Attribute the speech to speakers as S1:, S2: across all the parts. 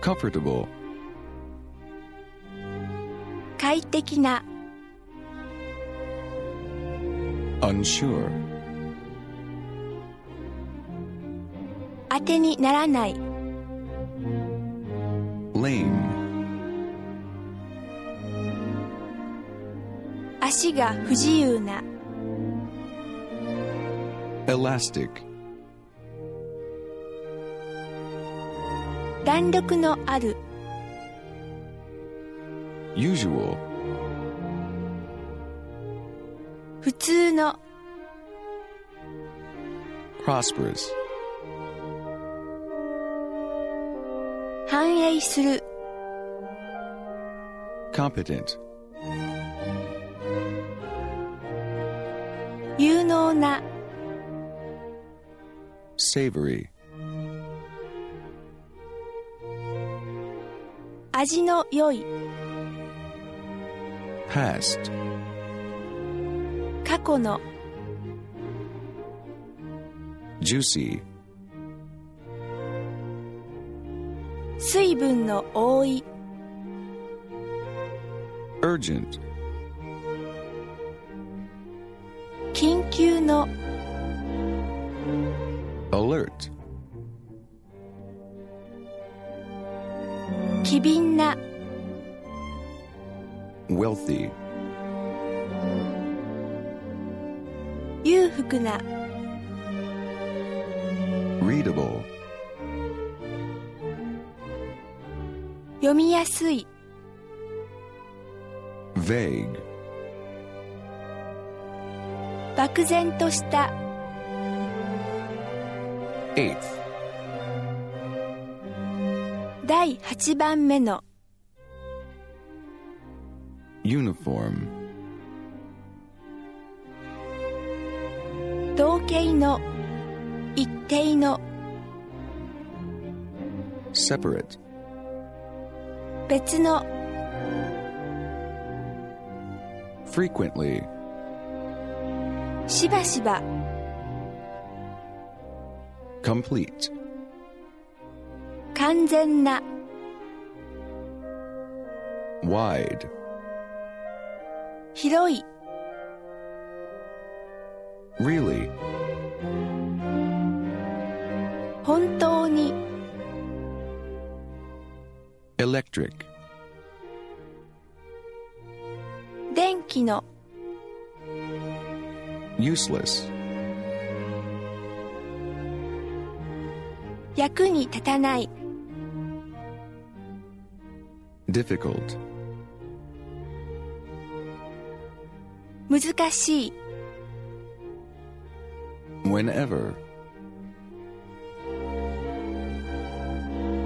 S1: comfortable,
S2: 快適な
S1: unsure,
S2: 当てにならない
S1: lame,
S2: 足が不自由な
S1: elastic,
S2: 弾力のある
S1: usual,
S2: 普通の
S1: prosperous,
S2: 繁栄する
S1: competent,
S2: 有能な
S1: savory,
S2: 味の良い
S1: past,
S2: 過去の
S1: juicy,
S2: 水分の多い
S1: urgent,
S2: 緊急の
S1: alert,
S2: 機敏な
S1: wealthy,
S2: 裕福な
S1: readable,
S2: 読みやすい
S1: vague,
S2: 漠然とした
S1: eighth,
S2: 第8番目の
S1: uniform,
S2: 同型の一定の
S1: separate,
S2: 別の
S1: frequently,
S2: しばしば
S1: complete,
S2: 完全な
S1: wide,
S2: 広い
S1: really,
S2: 本当に
S1: electric,
S2: 電気の
S1: useless,
S2: 役に立たない
S1: difficult,
S2: 難しい
S1: whenever,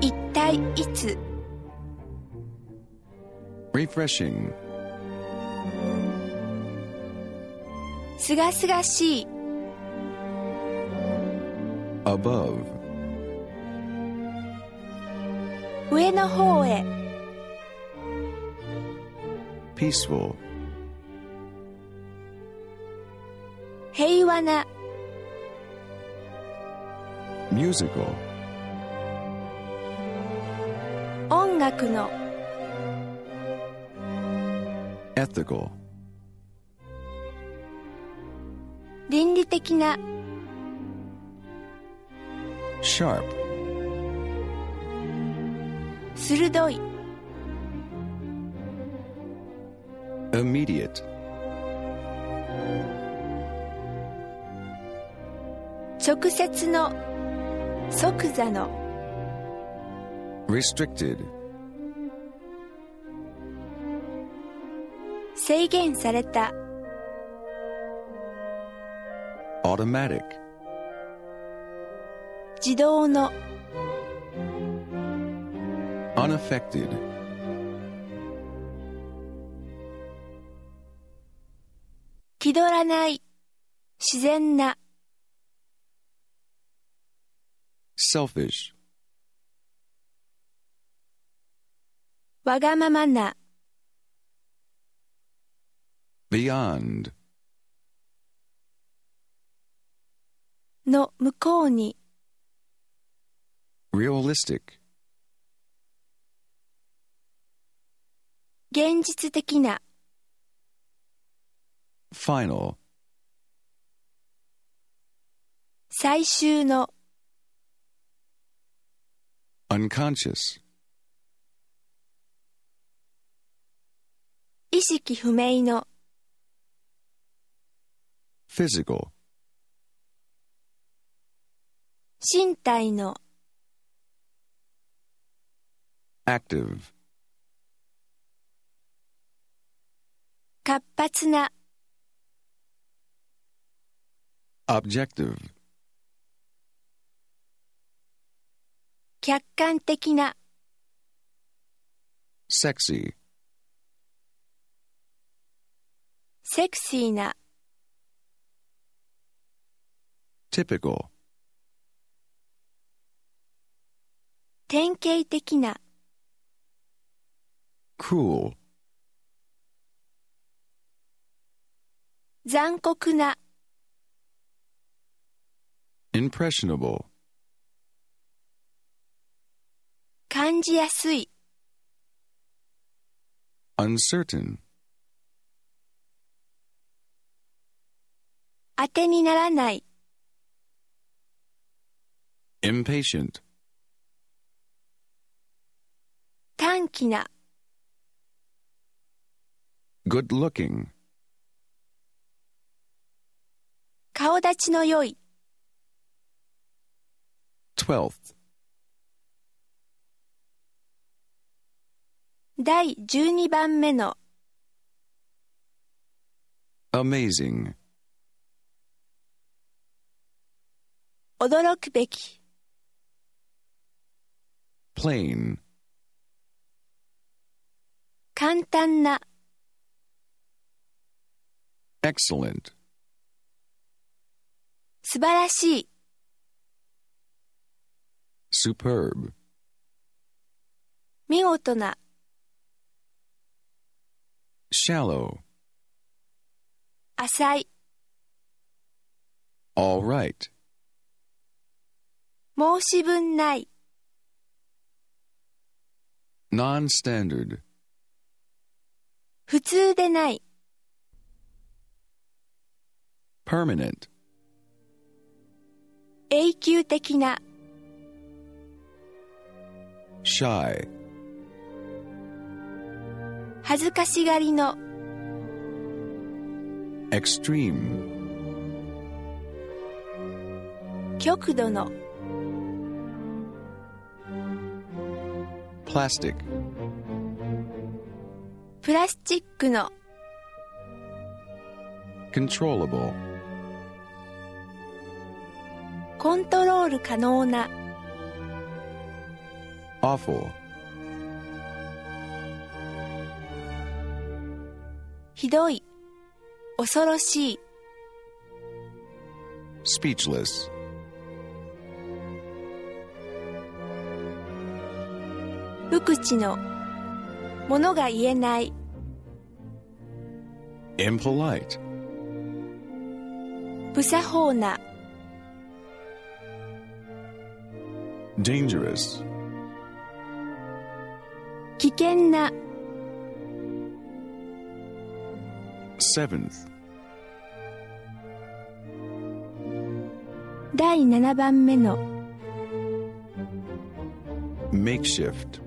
S2: 一体いつ
S1: refreshing,
S2: すがすがしい
S1: above,
S2: 上の方へ
S1: peaceful,
S2: 平和な
S1: musical,
S2: 音楽の
S1: ethical,
S2: 倫理的な
S1: sharp,
S2: 鋭い
S1: immediate,
S2: 直接の即座の
S1: restricted,
S2: 制限された
S1: automatic,
S2: 自動の
S1: unaffected,
S2: 気取らない自然な
S1: selfish,
S2: わがままな
S1: beyond,
S2: の向こうに
S1: realistic,
S2: 現実的な、
S1: final,
S2: 最終の、
S1: unconscious,
S2: 意識不明の、
S1: physical,
S2: 身体の、
S1: active,
S2: 活発な、
S1: objective,
S2: 客観的な、
S1: sexy,
S2: セクシーな、
S1: typical,
S2: 典型的な、
S1: cruel,
S2: 残酷な、
S1: impressionable,
S2: 感じやすい、
S1: uncertain,
S2: 当てにならない、
S1: impatient,
S2: 短気な、
S1: good looking,
S2: 顔立ちの良い、
S1: twelfth,
S2: 第12番目の、
S1: amazing,
S2: 驚くべき、
S1: plain,
S2: 簡単な、
S1: excellent,
S2: 素晴らしい、
S1: superb,
S2: 見事な、
S1: shallow,
S2: 浅い、
S1: all right,
S2: 申し分ない、
S1: non standard,
S2: 普通でない、
S1: permanent,
S2: 永久的な、
S1: shy,
S2: 恥ずかしがりの、
S1: extreme,
S2: 極度の、
S1: plastic,
S2: プラスチックの、
S1: controllable,
S2: コントロール可能な、
S1: awful,
S2: ひどい、恐ろしい、
S1: speechless,
S2: 無口の、ものが言えない、
S1: impolite,
S2: 不作法な、
S1: dangerous,
S2: 危険な、
S1: seventh,
S2: 第7番目の、
S1: makeshift,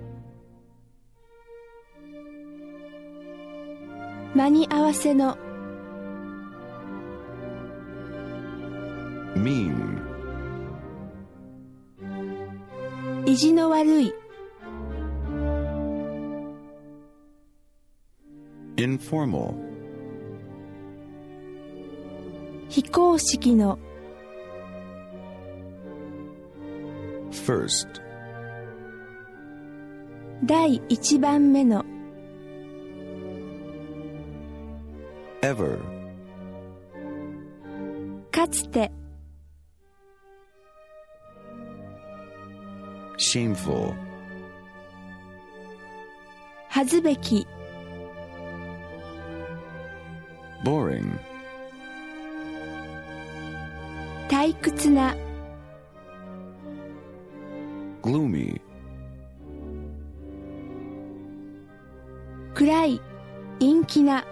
S2: 間に合わせの、
S1: mean,
S2: 意地の悪い、
S1: informal,
S2: 非公式の、
S1: first,
S2: 第1番目の、
S1: ever,
S2: かつて、
S1: shameful,
S2: 恥ずべき、
S1: boring,
S2: 退屈な、
S1: gloomy,
S2: 暗い陰気な